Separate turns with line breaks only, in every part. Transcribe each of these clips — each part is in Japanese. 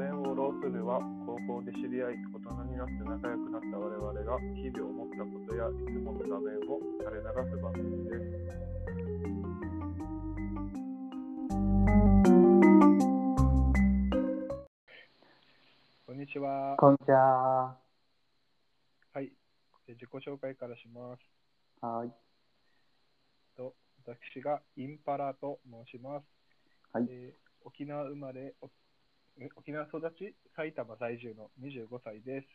学部は高校で知り合い大人になって仲良くなった我々が日々思ったことやいつもの画面を垂れ流す番組ですこんにちは
こんにちは。
はいえ自己紹介からします
はい。
と私がインパラと申します、
はい
えー沖縄生まれおえ沖縄育ち埼玉在住の25歳です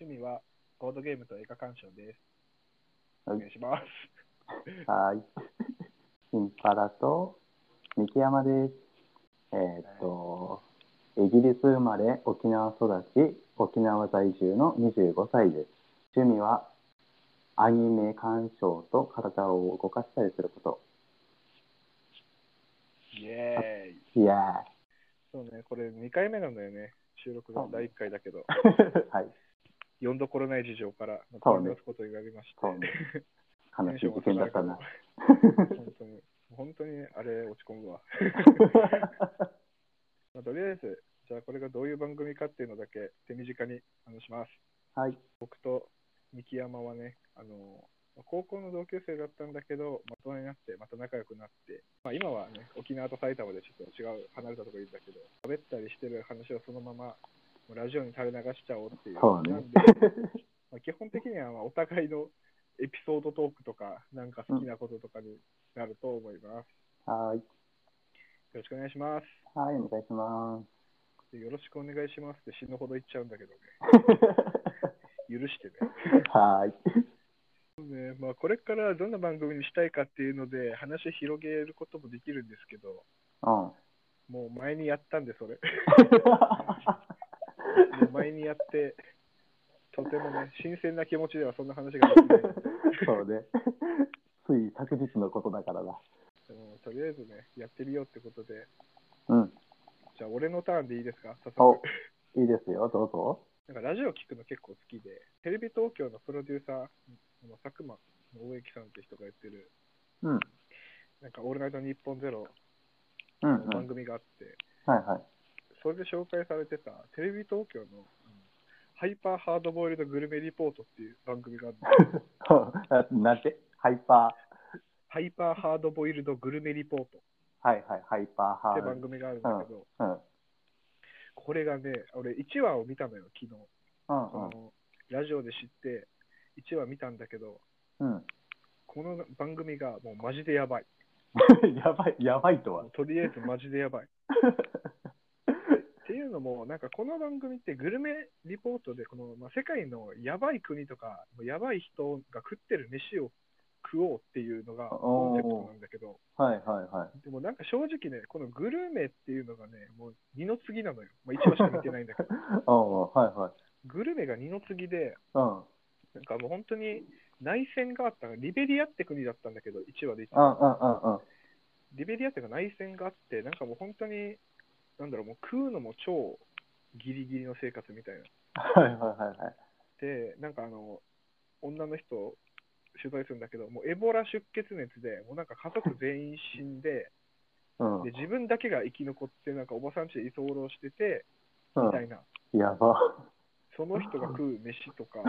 趣味はボードゲームと映画鑑賞です
はい
お願いします
はい。インパラと、三木山です。えーっと、イギリス生まれ、沖縄育ち、沖縄在住の25歳です。趣味は、アニメ鑑賞と体を動かしたりすること。
イエーイ
イエーイ
そうねこれ2回目なんだよね収録の
そう
第1回だけど
はい。
4どころない事情から
そうね
取り出すことになりまして
そうね。悲しい事件だったな。
本当に本当にあれ落ち込むわまあ、とりあえず、じゃあこれがどういう番組かっていうのだけ手短に話します。
はい。
僕と三木山はね、あの高校の同級生だったんだけど、まとになって、また仲良くなって、まあ、今はね、沖縄と埼玉でちょっと違う、離れたところいるんだけど、喋ったりしてる話をそのまま、もうラジオに垂れ流しちゃおうっていう。
そうね
なんで、まあ、基本的にはまあお互いのエピソードトークとか、なんか好きなこととかになると思います。
はい。
よろしくお願いします。
はい、お願いします。
でよろしくお願いしますって死ぬほど言っちゃうんだけどね。許してね。
はい。
ねまあ、これからどんな番組にしたいかっていうので、話を広げることもできるんですけど、
うん。
もう前にやったんで、それ。 もう前にやって、とてもね、新鮮な気持ちではそんな話ができない ので、
そうね。つい昨日のことだからな。
でもとりあえずね、やってみようってことで、
うん。
じゃあ、俺のターンでいいですか、早
お
速。、
いいですよ、どうぞ。
なんかラジオ聞くの結構好きで、テレビ東京のプロデューサー、あの佐久間大之さんって人がやってる、
うん。
なんか、オールナイトニッポンゼロ
うん、う
の番
ん。
組があって、
はいはい。
それで紹介されてたテレビ東京の、うんハイパーハードボイルドグルメリポートっていう番組があるんだよ
あなんてハイパ
ハイパーハードボイルドグルメリポート
ー、はいはい、ハイパー
っ
ハ
て
ー
番
ド。
組があるんだけど、
うん。
これがね、俺1話を見たのよ、昨日。
うん
あのラジオで知って1話見たんだけど、
うん。
この番組がもうマジでやばい。
うん。 やばい、やばいとは
もう。とりあえずマジでやばい。っていうのも、なんかこの番組ってグルメリポートでこの、まあ、世界のやばい国とか、やばい人が食ってる飯を食おうっていうのがコンセプトなんだけど、
はいはいはい。
でもなんか正直ね、このグルメっていうのがね、もう二の次なのよ。まあ、一話しか見てないん だけど、
うんうん、はいはい。
グルメが二の次で、
うん。
なんかもう本当に内戦があった、リベリアって国だったんだけど、1話で言った
うんうんうんうん。
リベリアっていうか内戦があって、なんかもう本当に、なんだろう、もう食うのも超ギリギリの生活みたいな。
はいはいはいはい。
で、なんかあの、女の人を取材するんだけど、もうエボラ出血熱で、もうなんか家族全員死んで、
うん。
で自分だけが生き残って、なんかおばさんちで居候してて、みた
う
いな、
ん。やば。
その人が食う飯とか、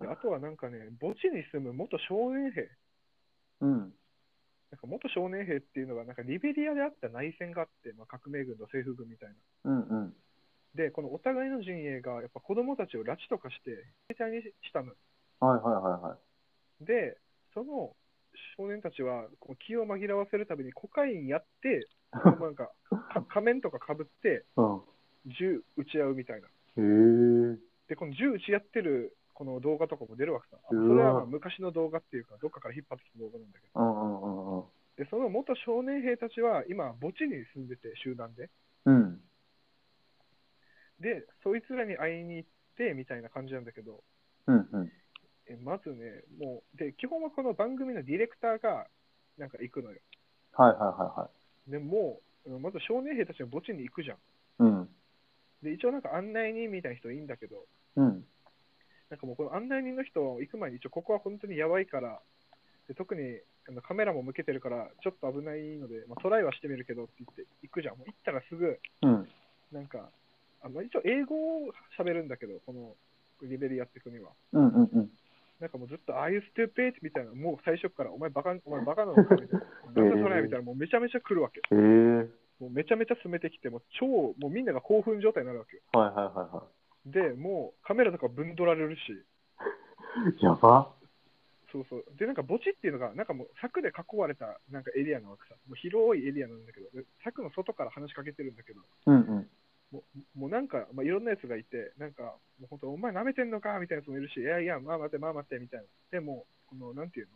であとはなんかね、墓地に住む元少年兵、
うん。
なんか元少年兵っていうのが、なんかリベリアであった内戦があって、まあ、革命軍と政府軍みたいな。
うんうん。
で、このお互いの陣営が、やっぱ子供たちを拉致とかして、携帯にしたの。
はいはいはいはい。
で、その少年たちは、こう気を紛らわせるためにコカインやって、こうなんかか仮面とかかぶって、銃撃ち合うみたいな。
うん。へえ。
で、この銃撃ち合ってるこの動画とかも出るわけさ。あそうれは
わ
まあ昔の動画っていうか、どっかから引っ張ってきた動画なんだけど。
うんうんうんうん。
で、その元少年兵たちは、今、墓地に住んでて、集団で。
うん。
で、そいつらに会いに行って、みたいな感じなんだけど、
うんうん。
えまずね、もう、で、基本はこの番組のディレクターが、なんか行くのよ。
はいはいはいはい。
でもう、うんまず少年兵たちの墓地に行くじゃん。
うん。
で、一応なんか案内人みたいな人いいんだけど、
うん。
なんかもうこの案内人の人は行く前に、一応ここは本当にやばいから、で特にあのカメラも向けてるから、ちょっと危ないので、まあ、トライはしてみるけどって言って行くじゃん。もう行ったらすぐ、
うん。
なんか、あの一応英語を喋るんだけど、このリベリアって国は。
うんうんうん。
なんかもうずっと、ああいうステーペーみたいな、もう最初から、お前バカ、お前バカなのかみたいな、なんだそれみたいな、もうめちゃめちゃ来るわけ。
ええ
もうめちゃめちゃ進めてきて、もう超、もうみんなが興奮状態になるわけよ。
はいはいはいは
で、もうカメラとかぶんどられるし、
い。やば。
そうそう。で、なんか墓地っていうのが、なんかもう柵で囲われたなんかエリアなわけさ。もう広いエリアなんだけど、で柵の外から話しかけてるんだけど、
うんうん。
もうもうなんか、まあ、いろんなやつがいて、なんか、もう本当、お前舐めてんのかみたいなやつもいるし、いやいや、まあ待て、まあ待て、みたいな。でも、この、なんていう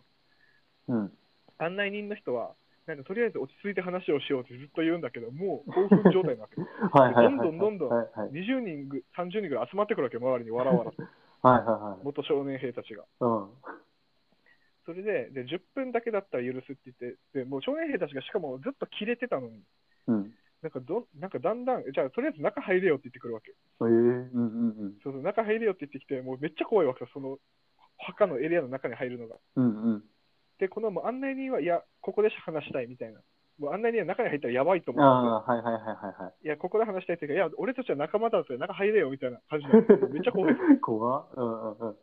うん。
の、案内人の人は、なんかとりあえず落ち着いて話をしようってずっと言うんだけど、もう興奮状態なわけ。
はいはいはいはい。
どんどんどんどん
はいはい。
20人ぐ、30人ぐらい集まってくるわけよ、周りにわらわらと、
はいはいはい。
元少年兵たちが。
うん。
それでで、10分だけだったら許すって言って、でもう少年兵たちがしかもずっとキレてたのに、
うん。
なんかどなんかだんだん、じゃあとりあえず中入れよって言ってくるわけ。
ええうんうんうん。
そうそう、中入れよって言ってきて、もうめっちゃ怖いわけさ、その墓のエリアの中に入るのが。
うんうん。
で、このもう案内人は、いや、ここで話したいみたいな。もう案内人は中に入ったらやばいと
あ
思っ
あ、はいはいはいはいはい。
て、いや、ここで話したいっていうか、いや、俺たちは仲間だぜ、中入れよみたいな感じな の。めっちゃ怖い。
怖っうんうん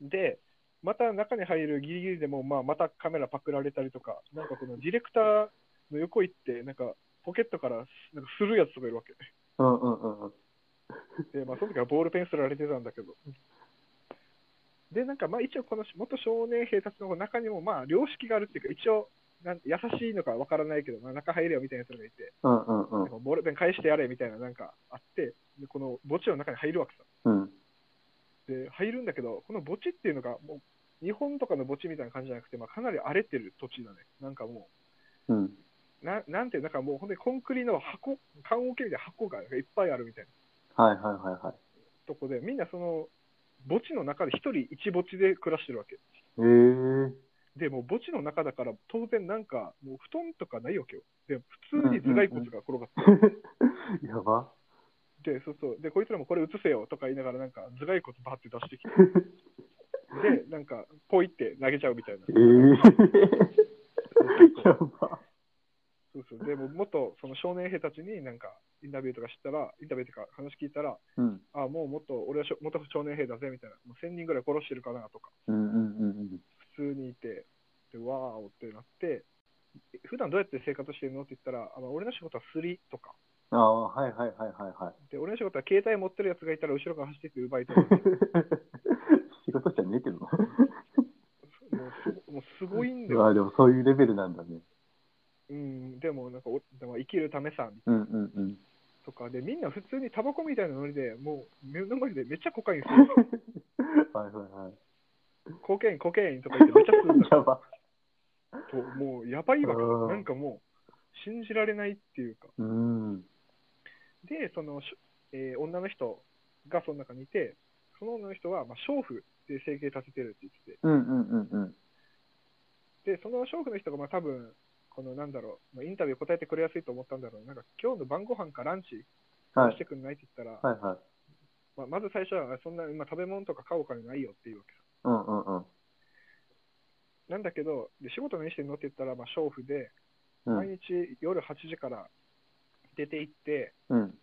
うん。
で、また中に入るギリギリでも、まあ、またカメラパクられたりとか、なんかこのディレクターの横行って、なんかポケットからなんかするやつとかいるわけ。
うんうんうんうん。
で、まあ、その時はボールペンすられてたんだけど。で、なんか、まあ、一応、この元少年兵たちの中にも、まあ、良識があるっていうか、一応、なん優しいのかわからないけど、まあ、中入れよみたいなやつらがいて、
うんうんう
なん
ん
かボールペン返してやれみたいな、なんかあって、でこの墓地の中に入るわけさ。
うん。
で、入るんだけど、この墓地っていうのが、もう、日本とかの墓地みたいな感じじゃなくて、まあ、かなり荒れてる土地だね。なんかも
うん。
う、ななんていう、なんかもう、本当にコンクリの箱、棺桶みたいな箱がいっぱいあるみたいな。
はいはいはいはい。
とこで、みんなその墓地の中で一人一墓地で暮らしてるわけ。
ええ
で、もう墓地の中だから、当然なんか、もう布団とかないわけよ。で、普通に頭蓋骨が転がって、
やば。
で、そうそう、で、こいつらもこれ映せよとか言いながら、なんか頭蓋骨バーって出 してきて、で、なんか、ポイって投げちゃうみたいな
え。えやば。
そうそう。で、もう元その少年兵たちになんか、インタビューとかしたら、インタビューとか話聞いたら、
うん。
あ、もうもっと、俺はしょ元少年兵だぜみたいな、もう1000人ぐらい殺してるかなとか。
うんうんうん
普通にいて、でわーおってなって、普段どうやって生活してるのって言ったら、あまあ俺の仕事はすりとか、
うん。ああ、はいはいはいはいはい。
で俺の仕事は携帯持ってるやつがいたら後ろから走ってって奪い取る
仕事じゃねえけ どな。
もうすもうすごいんだ
う
よ、
わ、でもそういうレベルなんだね。
うん、でもなんかおでも生きるためさ
うんうん うん。
とかで、みんな普通にタバコみたいなノリで、もう目の前でめっちゃコカインするんだよ、
はいはいはい。
コケイン、コケインとか言ってめっちゃするんだ
や
よ
ば。
と、もうやばいわけ、
うん
なんかもう信じられないっていうか。
うん。
で、その、しえー女の人がその中にいて、その女の人は、まあ、娼婦で整形させてるって言って
うんうんうんうん。
て、で、その娼婦の人が、まあ、多分この、なんだろう、まあ、インタビュー答えてくれやすいと思ったんだろう、なんか、今日の晩ご飯かランチ
は
し
い。
てくんないって言ったら、
はいはい。
まあ、まず最初は、あそんな、今、食べ物とか買うお金ないよっていうわけさ
うんうんうん。
なんだけど、で仕事何してんのって言ったら、まあ、娼婦で、
うん
毎日夜8時から出て行って、
うん。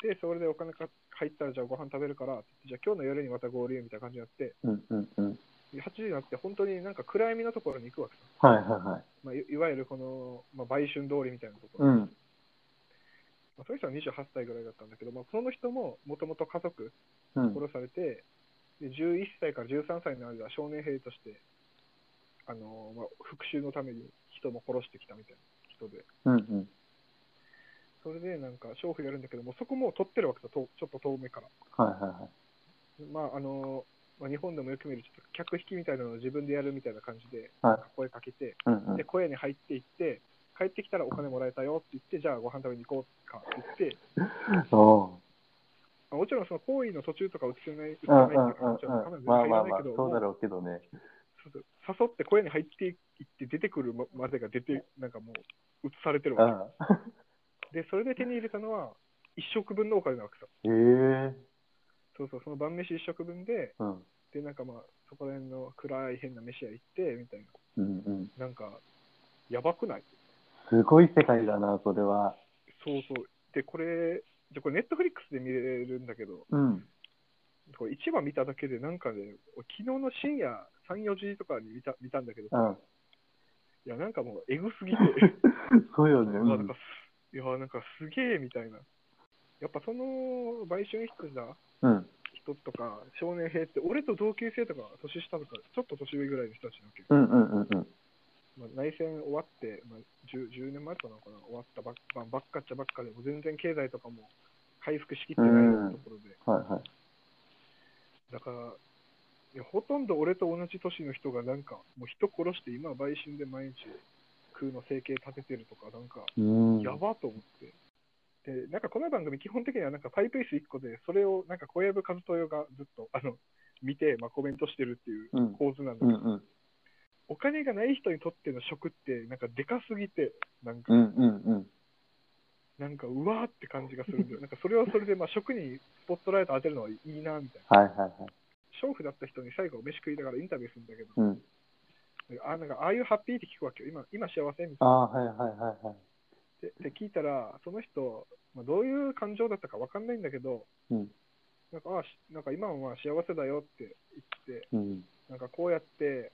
で、それでお金か入ったら、じゃあご飯食べるからって言って、じゃあ今日の夜にまた合流みたいな感じになって、
うんうんうん。
8時になって、本当になんか暗闇のところに行くわけさ、
はいはいはい。
まあ、いいわゆるこの、まあ、売春通りみたいなところ、
うん。
まあ、その人は28歳ぐらいだったんだけど、まあ、その人ももともと家族
うん。
殺されて、で11歳から13歳の間、少年兵として、あのーまあ、復讐のために人も殺してきたみたいな人で、
うんうん。
それでなんか、娼婦やるんだけども、そこも取ってるわけさ、とちょっと遠目から。
はいはいはい。
まああのーまあ、日本でもよく見る、ちょっと客引きみたいなのを自分でやるみたいな感じで、
はい
声かけて、
うんう
で、
ん。
小屋に入っていって、帰ってきたらお金もらえたよって言って、じゃあご飯食べに行こうかって言って、
おう。
まあもちろんその行為の途中とか映せない、映せ
う
ない
ん
っ
う
てい
ん
ううんか、もちろんカメ
うん。
ラ
まあ
全然
まあ
入らな
ま
い
あ
けど、、
そうだ
もう
ろうけどね。
そうそう誘って小屋に入っていって、出てくるまでが出て、なんかもう映されてる
う
わ
ん。
け。で、それで手に入れたのは、一食分のお金なわけさ。
え え。
そうそう、その晩飯一食分で、
うん。
で、なんかまあ、そこら辺の暗い変な飯屋行って、みたい
うんうん。
な。なんか、やばくない
すごい世界だな、それは。
そうそう。で、これ、でこれ、ネットフリックスで見れるんだけど、
うん。
これ1話見ただけで、なんかね、俺昨日の深夜3、4時とかに見た見たんだけど、
うん。
いや、なんかもう、えぐすぎて、
そうよね。
う
う
わなん
ん
か。す、いや、なんかすげえみたいな。やっぱその、売春引くんだ
うん。
人とか、少年兵って、俺と同級生とか、年下とか、ちょっと年上ぐらいの人たちなわけ。
うんうんうんうん。
まあ、内戦終わって、まあ10、10年前とかなのかな、終わったばっばばっかっちゃばっかで、もう全然経済とかも回復しきってないようなところで、
はいはい。
だからいや、ほとんど俺と同じ年の人が、なんか、もう人殺して、今、売春で毎日、空の生計立ててるとか、なんか、
うん。
やばと思って。で、なんかこの番組、基本的にはなんかパイプ椅子1個で、それをなんか小籔和豊がずっとあの見て、まあ、コメントしてるっていう
うん
構図なんだけ
う
ど、
んうん。
お金がない人にとっての食って、なんかでかすぎて、なんか、
うんうんうん。
なんかうわーって感じがするんだよ。なんかそれはそれで、まあ、食にスポットライト当てるのはいいなみたいな。
はいはいはい。
娼婦だった人に最後、飯食いながらインタビューするんだけど、
うん。
あなんかああいうハッピーって聞くわけよ、今今幸せみたい
ああ、はいはいはいはい。
な。って聞いたら、その人、まあ、どういう感情だったかわかんないんだけど、
うん。
なんかあしなんか今はまあ幸せだよって言って、
うん。
なんかこうやって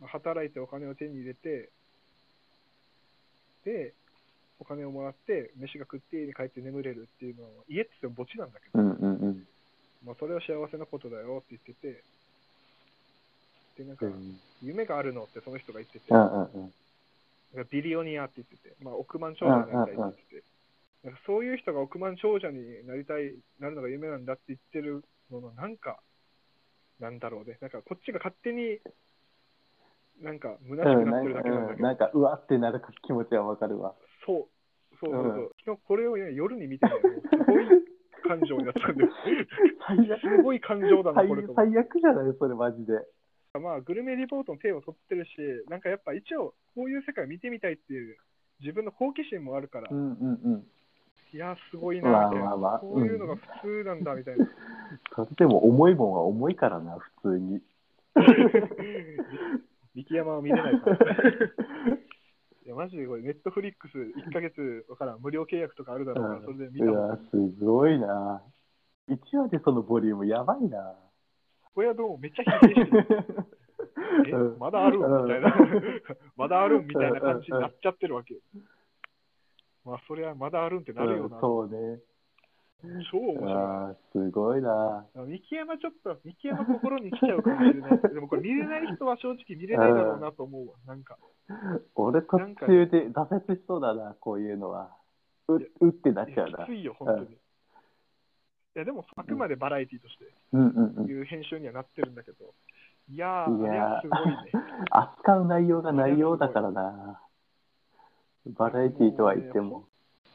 まあ働いてお金を手に入れて、で、お金をもらって、飯が食って家に帰って眠れるっていうのは、家って言っても墓地なんだけど、
うんうんうん。
まあ、それは幸せなことだよって言ってて、で、なんか
う、ん
夢があるのってその人が言ってて、
うんうん
なんかビリオニアって言ってて、まあ、億万長者になりたいって言ってて、なんかそういう人が億万長者になりたい、なるのが夢なんだって言ってるのの、なんか、なんだろうね、なんかこっちが勝手に、なんか虚し
う
く
ん。
なっ
な
て
ん
るだ
か、
けなんだ
う
け
ん、
ど、
なんか、うわってなる気持ちはわかるわ。、
そう、そうそうそううん昨日これを、ね、夜に見てね、もうすごい感情になったん です、
最悪。
すごい感情だな、これと思って
最悪じゃないそれマジで。
まあ、グルメリポートの手を取ってるし、なんかやっぱ一応、こういう世界見てみたいっていう、自分の好奇心もあるから
う、んうんうん。
いや、すごい
ま
な、
あ
みたい
まあまあ
な、こういうのが普通なんだ、みたいな、
それでも重いもんは重いからな、普通に。
三木山は見れないから。いやマジでこれ、ネットフリックス1ヶ月わからん、無料契約とかあるだろうから、それで見た
う
方が
わ、すごいな。一話でそのボリュームやばいな。
親分をめっちゃ否定してる、 え
うん
まだあるんみたいな
うん、
まだあるんみたいな感じになっちゃってるわけよ。まあ、そりゃ、まだあるんってなるよな、
うんそうね。
超面白い。
ああ、すごいな。
三木山ちょっと、三木山心に来ちゃうかもしれ ない。でもこれ見れない人は正直見れないだろうなと思うわ。なんか、
俺途中で挫折しそうだな、こういうのは。う
いや
うってなっ
い
ち
や
ゃうな
きつ。いよ、本当に。
うん
いや、でもあくまでバラエティとして
うんうんうん。
いう編集にはなってるんだけど、いやー、
い
あれ
や
は
ー
すごいね。
扱う内容が内容だからな。バラエティーとは言っても。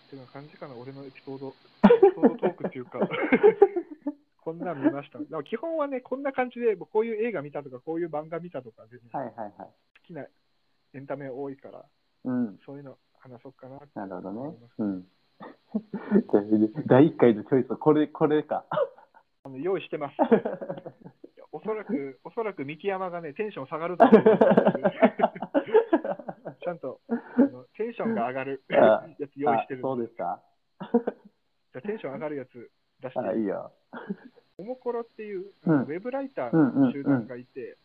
ってな感じかな、俺のエピソード、エピソードトークっていう か、こんなん見ました。でも基本はね、こんな感じで、もうこういう映画見たとか、こういう漫画見たとかでね、
はいはいはい。
好きなエンタメ多いから、
うん。
そういうの話そうかなって
なるほど
思
ね
います。
うん。 第1回のチョイスはこれ、これか。
あの用意してます。いやおそらく、おそらく三木山がね、テンション下がるだろ うと思うんでちゃんとあのテンションが上がる や
あ
つ用意してる
あ
ん
そう
で
ですか
じゃあテンション上がるやつ出して、
あ、いいよ。
おもころっていう、
うん
ウェブライター
うんうんう
の
ん
集団がいて、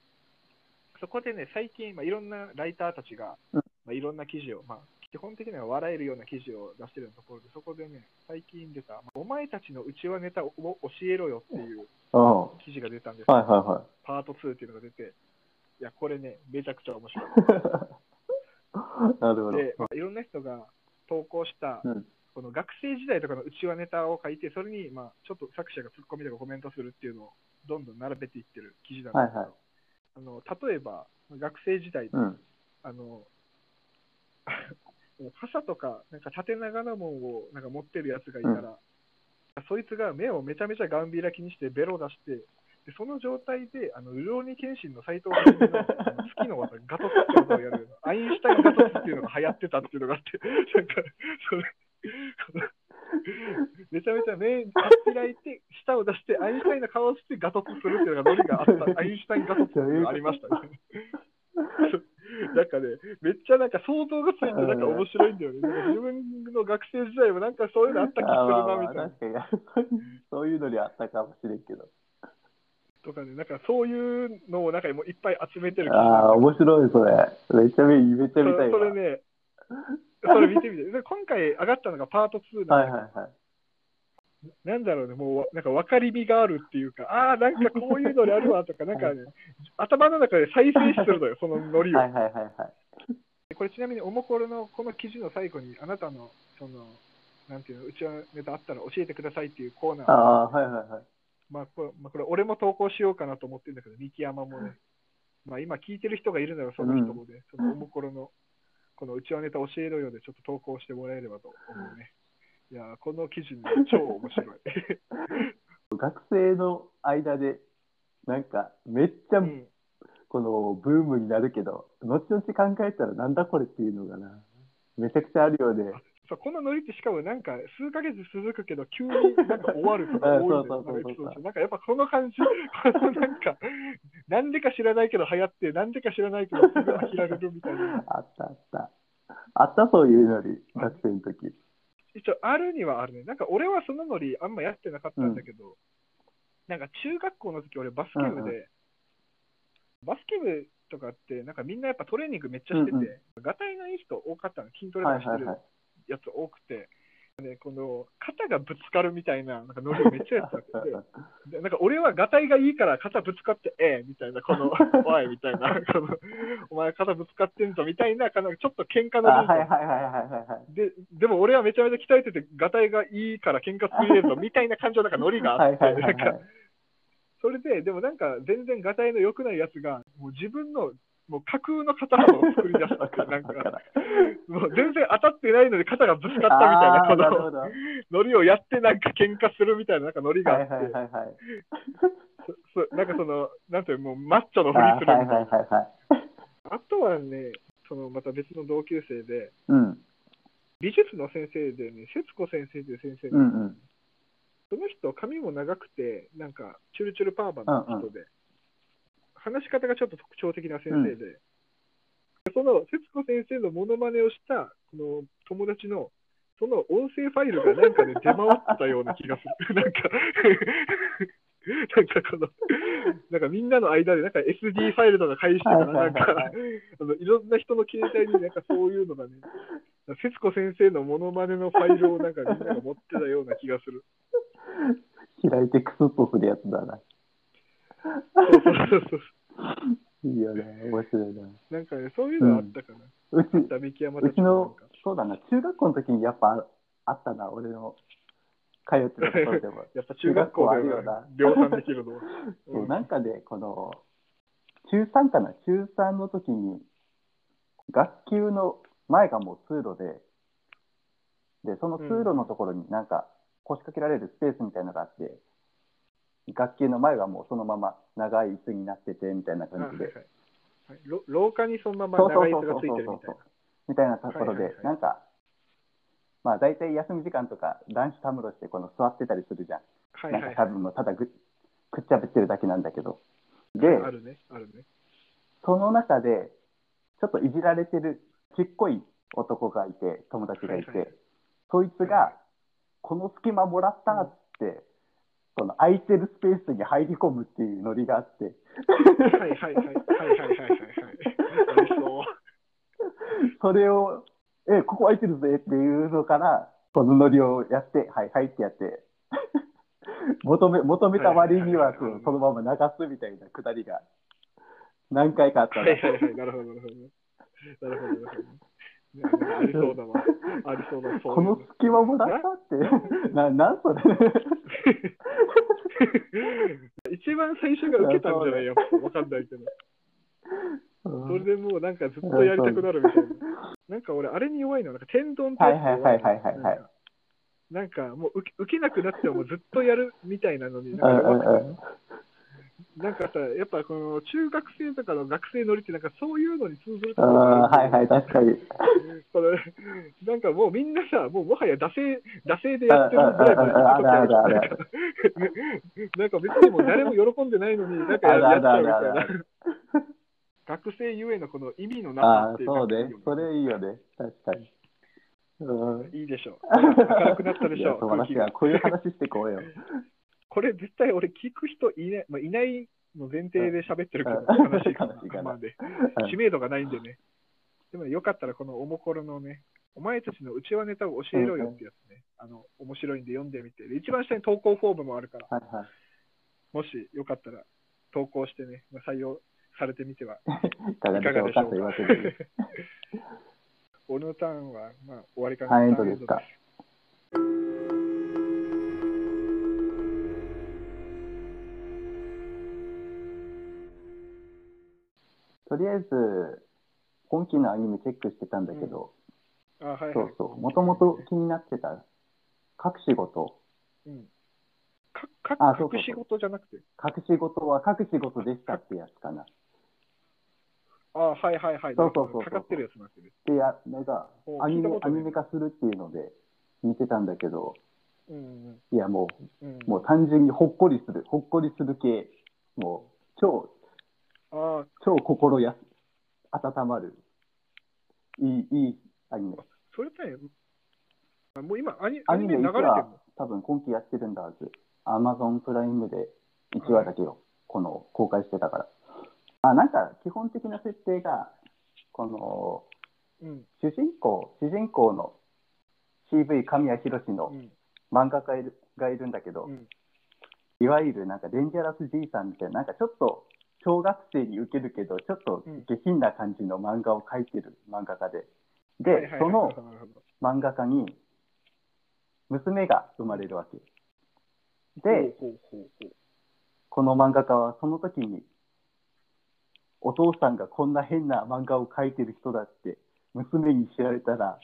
そこでね、最近、まあ、いろんなライターたちが、
うん
まあ、いろんな記事を、まあ、基本的には笑えるような記事を出してるところで、そこでね、最近出た、まあお前たちのうちはネタを教えろよっていう
うん。は
記事が出たんです
いはいは
パート2っていうのが出て、いや、これね、めちゃくちゃ面白い。
い。 なるほど。
で、まあ、いろんな人が投稿した、
うん。
この学生時代とかのうちわネタを書いて、それに、まあ、ちょっと作者がツッコミとかコメントするっていうのを、どんどん並べていってる記事なんですけど、
はいは
あの例えば、学生時代、
うん。
あの、 傘とか、なんか縦長のもんをなんか持ってるやつがいたら、
う
そいつが目をめちゃめちゃガン開きにして、ベロ出して、でその状態で、あの、うろうに剣心の斎藤君のあの好きの技、ガトツって技をやる、アインシュタインガトツっていうのが流行ってたっていうのがあって、なんか、それ、めちゃめちゃ目パッ開いて、舌を出して、アインシュタインの顔をしてガ トツするっていうのがノリがあった、アインシュタインガトツっていうのがありましたね。だかね、めっちゃなんか想像がついて、なんか面白いんだよね。なんか自分の学生時代もなんかそういうのあった気
あーまあ
するな、み
まあ
たいな。
確かに、 そういうそういうのにあったかもしれんけど。
とかね、なんかそういうのをなんかもういっぱい集めてる気がす
ああ、
る
面白い、それ。めっちゃ見、めっちゃ見たい
そ
わ。
れそれね、それ見てみて。で今回上がったのがパート2なん
は
だ
いはいはい。
なんだろうね、もうわなんか分かりみがあるっていうか、ああ、なんかこういうのにあるわと か、なんかね、頭の中で再生するのよ、そのノリを
は。いはいはいはい。
これちなみに、おもころのこの記事の最後に、あなたの、その、なんていうの、うちはネタあったら教えてくださいっていうコーナ
あ
ー、
あ、はいはいはい。
まあこれ、まあ、これ俺も投稿しようかなと思ってるんだけど、三木山もね、まあ今聞いてる人がいるならその人もね、そのおもころの、このうちはネタ教えろよでちょっと投稿してもらえればと思うね。いやー、この記事ね、超面白い。
学生の間で、なんか、めっち
う
ゃ、
ん
この、ブームになるけど、後々考えたらなんだこれっていうのがな、めちゃくちゃあるよね。
そうこのノリってしかもなんか数ヶ月続くけど急になんか終わるとか多いんだ
あ
よ
そうそうそう
なんかエピソードとして
そう
なんかやっぱこの感じ、 このなんか、なんでか知らないけど流行って、なんでか知らないけどすぐ飽きられるみたいな。
あったあった。あった、そういうのに、学生の時。
一応あるにはあるね。なんか俺はそのノリあんまやってなかったんだけど、なんか中学校の時俺バスケ部で、
うんう
バスケ部とかってなんかみんなやっぱトレーニングめっちゃしてて、
うんうん
がたいのいい人多かったの、筋トレと
は
か
い
して
はい
る
はい。
やつ多くて、でこの肩がぶつかるみたいななんかノリをめっちゃやってた わけででなんか俺はがたいがいいから肩ぶつかってええみたいな、こ のおいみたいな、このお前肩ぶつかってんぞみたいな、このちょっと喧嘩の
あ
リー
はいはいはいはいはいはい。
ででも俺はめちゃめちゃ鍛えてて、がたいがいいから喧嘩作れるぞみたいな感情なんかノリが
は
あ
い
っ
は
て、
いはい
なん
は
か
い。
それで、でもなんか全然がたいの良くないやつが、もう自分のもう架空の肩幅を作り出した
わ
って
か
いうな
る
ん
わか
か、
る。
もう全然当たってないのに肩がぶつかったみたいな、
あ
こ
あ、なる
の
ほど。はい
ノリをやってなんか喧嘩するみたいななんかノリが
は
あ
い
って、
はいはい。
そそなんかその、なんていうのもうマッチョの
あ
ふりするみた
はいい
な。
はいはいはい。
あとはね、そのまた別の同級生で、
うん、
美術の先生でね、節子先生という先生、
うん、うん。
その人、髪も長くて、なんか、チュルチュルパーマの人で、話し方がちょっと特徴的な先生で、その節子先生のモノマネをしたこの友達の、その音声ファイルがなんかね、出回ってたような気がする。 なんか、なんかこの、なんかみんなの間で、なんか SD ファイルとか返してたら、なんか
はいはいはいはい、
あのいろんな人の携帯になんかそういうのがね、節子先生のモノマネのファイルをなんかみんなが持ってたような気がする。
開いてクスッとするやつだな。
そうそうそうそう
いいよね、面白いな。
なんかね、そういうのあったかな。
うち、
ダメキヤマた
う
ち
ち
の
の、そうだな、中学校の時にやっぱあったな、俺の通ってたところでも。
やっぱ中学校
中学校あ
で
るよな
量産できるのは。
そううんなんかで、この、中3かな、中3の時に、学級の前がもう通路で、で、その通路のところになんか腰掛けられるスペースみたいなのがあって、学級の前はもうそのまま長い椅子になっててみ たいな
あはい
感
は
じ
い
で、
はいろ廊下にそのまま
そうそ
長
う
い
そ
椅
う
子
そ
が
う
ついてる
そ
み
う
たい
みたいなところで、
はいはいはい
なんか、まあ大体休み時間とか男子たむろしてこの座ってたりするじゃん。
な。はいは
なん
い
か
は
多分もうただぐくっちゃべってるだけなんだけど。で、
い。あるね、あるね。
その中で、ちょっといじられてるちっこい男がいて、友達がいて、
はいはい
そいつが、この隙間もらったって、その空いてるスペースに入り込むっていうノリがあって、
はいはいはいはいはいはいはいはい。ありそう。
それを、え、ここ空いてるぜっていうのから、このノリをやって、はい、はいってやって、 求め、求めた割には、
はい
そ
はいは
の
い
そのまま流すみたいなくだりが、何回かあった
は
ない
はいはい。なるほどなるほど。なるほどなるほどね。ありそうだわ。ありそうだ。そう
この隙間もらったって、な、なんそれ。
一番最初が受けたんじゃないやっぱわかんないけど。それでもうなんかずっとやりたくなるみたいな。 なんか俺、あれに弱いの、なんか天丼ってやつに弱
はいはいはいはいはいはい
なんかなんかもう受け受けなくなってももうずっとやるみたいなのに、
うん
なんか
う
弱
ん
く
うん
なんかさ、やっぱこの中学生とかの学生乗りって、なんかそういうのに通ずると
う
ころ
ん、
があ
は
る
いはい、確かに。
このなんかもうみんなさ、もうもはや惰性、惰性でやってるぐらいまで
うんうんうんうんあるあるあるあ
なんか別にもう誰も喜んでないのに、なんかやや
あ
っ
る
ち
あ
ゃう
る
み
あるあ
たいな
る。
学生ゆえのこの意味のなさ
ああ
って、いう
そう
なんか
ね
いいよ。
それいいよね。確かに。 うん。
いいでしょう。
明
明るくなったでしょ
素晴らしいな。
空気が
こういう話してこうよ。
これ絶対俺聞く人いない、まあ、いないの前提で喋ってるから、
うん
悲しいかな
悲しいかな
まあね
うん
知名度がないんでね。でもねよかったらこのおもころのね、お前たちのうちわネタを教えろよってやつね、あの、面白いんで読んでみて。で一番下に投稿フォームもあるから、
はいはい。
もしよかったら投稿してね、まあ採用されてみてはい
かが
い
で
か
し
が
ょ
で
う
し
か
ょ
というわけ
う
で、
か。俺のターンは、まあ、終わりかな。
ハイエンドですか。とりあえず、今期のアニメチェックしてたんだけど、
あ、はい、はい。
そうそう、もともと気になってた、隠し事、
うん。か、か
あそうそうそう
隠し事じゃなくて。
隠し事は隠し事でしたってやつかな。っ
あ、はいはいはい。
そうそうそうそう
かかってるやつなんですね。
てやのが
お、
アニ
聞
メ
い、たこ
ア
とない
ニメ化するっていうので、見てたんだけど、
うんうん
いやも
うん。うん
う、もう単純にほっこりする、ほっこりする系、もう、超、
あ
超心や温まる、いい、いいアニメ。
それね、あもう今アニ、ア
ア
ニ
ニ
メ
メ
流れてる
1話
の、
多分今期やってるんだはず。アマゾンプライムで1話だけよ、この公開してたから。あなんか基本的な設定が、この
うん。
主人公、主人公の CV 神谷博
う
の
ん。
漫画家いるがいるんだけど、
うん。
いわゆるなんかデンジャラスじいさんみたいな、なんかちょっと小学生に受けるけど、ちょっと下品な感じの漫画を描いてる漫画家で。で、
はいはいはい
その、
なるほど
漫画家に娘が生まれるわけ。で、
ほうほうほうほう。
この漫画家はその時に、お父さんがこんな変な漫画を描いてる人だって、娘に知られたら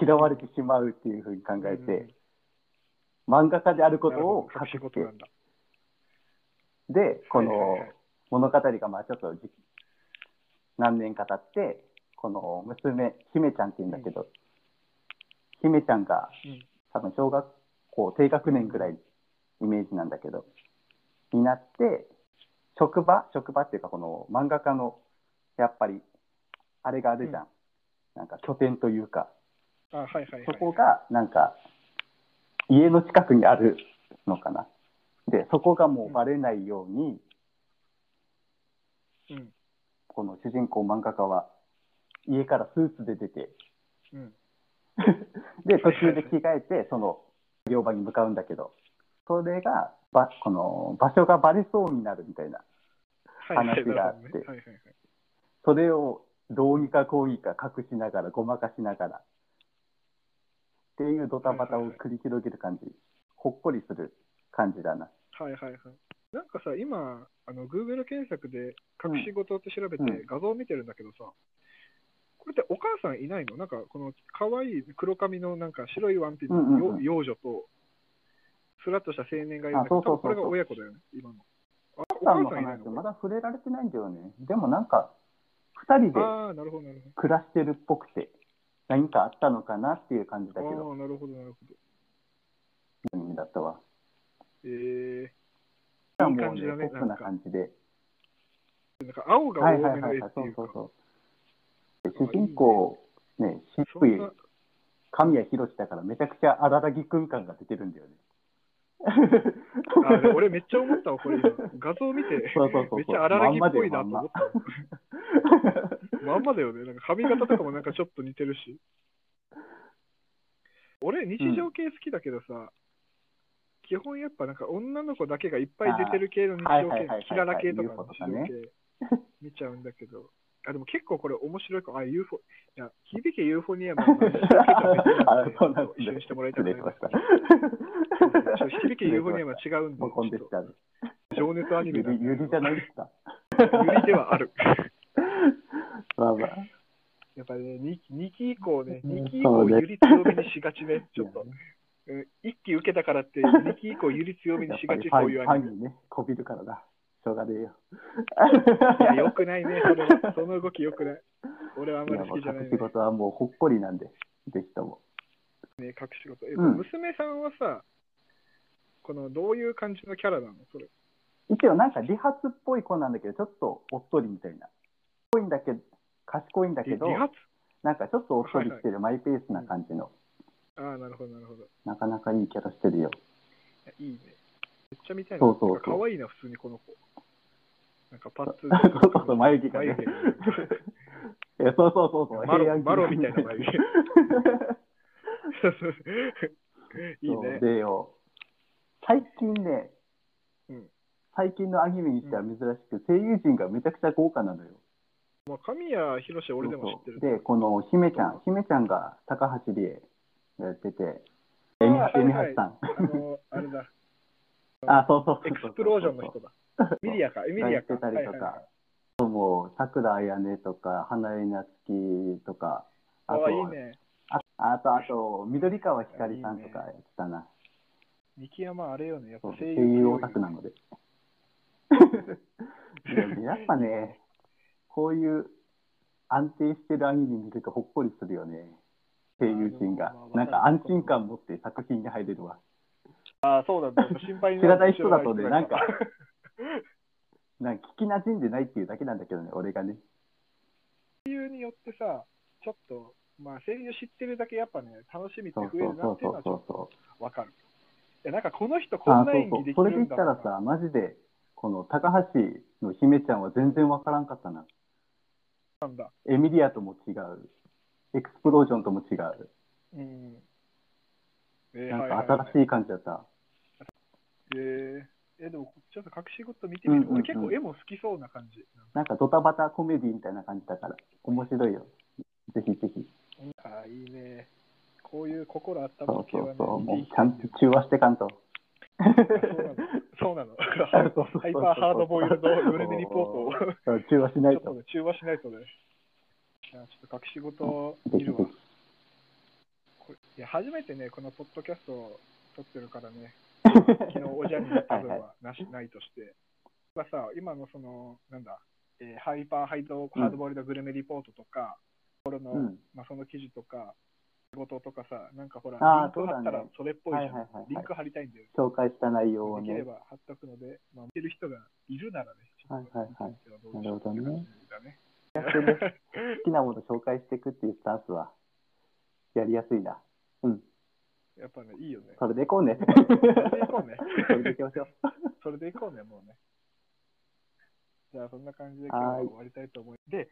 嫌われてしまうっていうふうに考えて、漫画家である
う
こ
ん、な
と
るほ
を
ど隠し
隠し
事
て
な、んだ。
で、こ
はいはい
の
はい
物語がまあちょっとじ何年か経って、この娘、姫ちゃんって言うんだけど、姫ちゃんが
うん
多分小学校低学年ぐらいイメージなんだけど、になって、職場職場っていうかこの漫画家の、やっぱり、あれがあるじゃん。なんか拠点というか、
あ、はいはいはい。
そこがなんか、家の近くにあるのかな。で、そこがもうバレないように、
うん。
この主人公漫画家は、家からスーツで出て、
うん。
で、途中で着替えて、その、両場に向かうんだけど、それが、ば、この、場所がバレそうになるみたいな。
はいはい
話があっ
な
て
るほどねはいはいはい。
それを、どうにかこうにか隠しながら、ごまかしながら、っていうドタバタを繰り広げる感じ。ほっこりする感じだな。
はいはいはい。なんかさ、今、あの Google 検索で隠し事って調べて
うん
画像を見てるんだけどさ、これってお母さんいないのなんかこの可愛い黒髪のなんか白いワンピース
う
の
んうん
よ
うん
幼女と、すらっとした青年がいるんだけど、
あそうそう
多分こ
そうそう
れが親子だよね、今の。あお
お母さ
母
んの
さんいない
話、
の
まだ触れられてないんだよね。でもなんか、二人で
ああ、なるほど、なる
暮らしてるっぽくて、何かあったのかなっていう感じだ
ほ
け
ど。
ど、
ああー、なるほど、なるほど。
アニメだったわ。
え
も
いうい
ね
感じだね
ポップな感じで。
ー、なんか青が
は
多
いはい
めの
は
絵
い
っ
はい、
て
そ
いううか
そう、そう。
あいい
主
ね
人公、ね、しっ
そ
く
ん
い
な、
神谷博だからめちゃくちゃ荒ぎくん感が出てるんだよね。
あーでも俺めっちゃ思ったわ、これ今、画像見て、
そうそうそうそう
めっちゃ荒木っぽいなと
まんまだ
思っ
よまんま
た。まんまだよね。なんか髪型とかもなんかちょっと似てるし。俺、日常系好きだけどさ、基本やっぱなんか女の子だけがいっぱい出てる系の日
あー
常系
はいはいはいはい、
キララ系とか
UFO と
日常
かね
系見ちゃうんだけど。あ、でも結構これ面白いかも。あ、UFO。いや、響けユーフォニアムの話だけじゃできない
あ
んで
そうなんですね
一緒にしてもらいた
失
くないで
礼しまし
す。
た。
ちょっと響けユーフォニアムは違うんで、ち
もうコンテ
ょ
ス
っ
ターで
と情熱アニメ
ゆ
なん
り
で
ゆりじゃないですか。
ユリではある。
まあまあ。
やっぱりね、2, 2期以降ね、
うん
2期以降、
そうね
ゆり強めにしがちね、ちょっと
い。
うん1期受けたからって、2期以降、ゆり強め
や
に
っ
しが
ぱり
ち、
ファ
そういうア
ン
ニ
ファ
メ。
ンにね、こびるからだ。しょうがねえよ。
いや、よくないね、それはその動きよくない。俺はあん
い
ま
や
り
も
好
う
きじゃないね。
隠し
ね
事はもうほっこりなんで、ぜひとも。
隠し事。え
うん
娘さんはさ、この、どういう感じのキャラなのそれ。
一応なんか理髪っぽい子なんだけど、ちょっとおっとりみたいな。賢いんだけど、賢いんだけ
り
ど、
理髪
なんかちょっとおっとりしてるマイペースな感じの、
ああ、なるほど、なるほど。
なかなかいいキャラしてるよ。
いいね。めっちゃ見たいな。
そうそうそう
なんか可愛いな、普通にこの子。なんかパッツン
そうそうそう、眉毛がね
眉毛。
いやそうそうそうそう、
マロ
平安貴族
マロみたいな 眉毛 いい
そう
ね。
でよ、最近ね、
うん
最近のアニメにしては珍しく、声優陣がめちゃくちゃ豪華なのよ。
まあ、神谷博士、俺でも知ってる。
そうそうで、この姫ちゃん、姫ちゃんが高橋理恵がやってて、えみは
あー
えみはしさん。
あの、あれだ、
あ、そう そうそう
エ
そう
クスプロージョンの人だ。ミリアか、ミリア
やっ
か。
てたりと
はいはいはい
か、もう、さくらあやねとか、花江夏樹とか、あ
あ
と、
あ、いいね。
ああと、あと、緑川ひかりさんとかやってたな。
三木山、あれよね。やっぱ
そう
声
声
優
優オタクなので。い ややっぱね、こういう安定してるアニメ見るとほっこりするよね、声優陣が
まあ。まあ
なんか安心感持って作品に入れるわ。
ああ、そうなんだ。やっぱ心配に
知
な
ら
る
ない人だとね、なんか、なんか聞き馴染んでないっていうだけなんだけどね、俺がね。
声優によってさ、ちょっと、まあ、声優知ってるだけやっぱね、楽しみって
そう
増え
そ
る
う
な
そ
っ
う
てい
そう
の
う
はち
そ
ょ
う
っとわかる。いや、なんかこの人こ
あ
んな
そう
演
そう
技でき
それ
る
で言
んだ
った
と
ら
か
さ、マジで、この高橋の姫ちゃんは全然わからんかったな。
なんだ。
エミリアとも違う。エクスプロージョンとも違う。
うん。えー、
なん
はいはい
か
はい
新しい感じだった。
えーえでも、ちょっと隠し事見てみる。
うんうんうん
俺結構絵も好きそうな感じ。
なんかドタバタコメディみたいな感じだから、面白いよ。ぜひぜひ。
ああ、いいね。こういう心温ま
そ
る
う
系
そ
はね
う、そう。も
見
う
ていき
ち
た
ゃ
い
んと中和してかんと。
そう なの。そうなの。
ハ
ハイパーハードボイルドグルメリポー トを、
そう中和しな
ち
い
ょっと
と。
ね中和しないとね。いやちょっと隠し事を
ぜ
見
ひぜ
るわ。これいや初めてね、このポッドキャストを撮ってるからね、昨日おじゃになった分
はい
はなしないとして、まあさ、今のその、なんだ、えーハイパーハイドハードボイルドグルメリポートとか、俺の、
うん
まあ、その記事とか、仕事とかさ、なんかほら、
あー
リンク貼ったらそ
そうだね
れっぽい
はい
じ
はい
ゃん。
はい
リン
はい。
ク貼りたいんだよ。
紹介した内容を
できれ
ね。
ば貼っとくので、まあ、見てる人がいるならね、
はいはいはい
ちょっと
なるほどね
見てはどうでし
好きなもの紹介していくっていうスタンスは、やりやすいな。うん。
ょうかねやっぱね、 いいよね。
それでいこうね。
それでいこうね
それでいきましょう。
それでいこうね、もうね。じゃあ、そんな感じで今
は
日
ーい
は終わりたいと思います。で、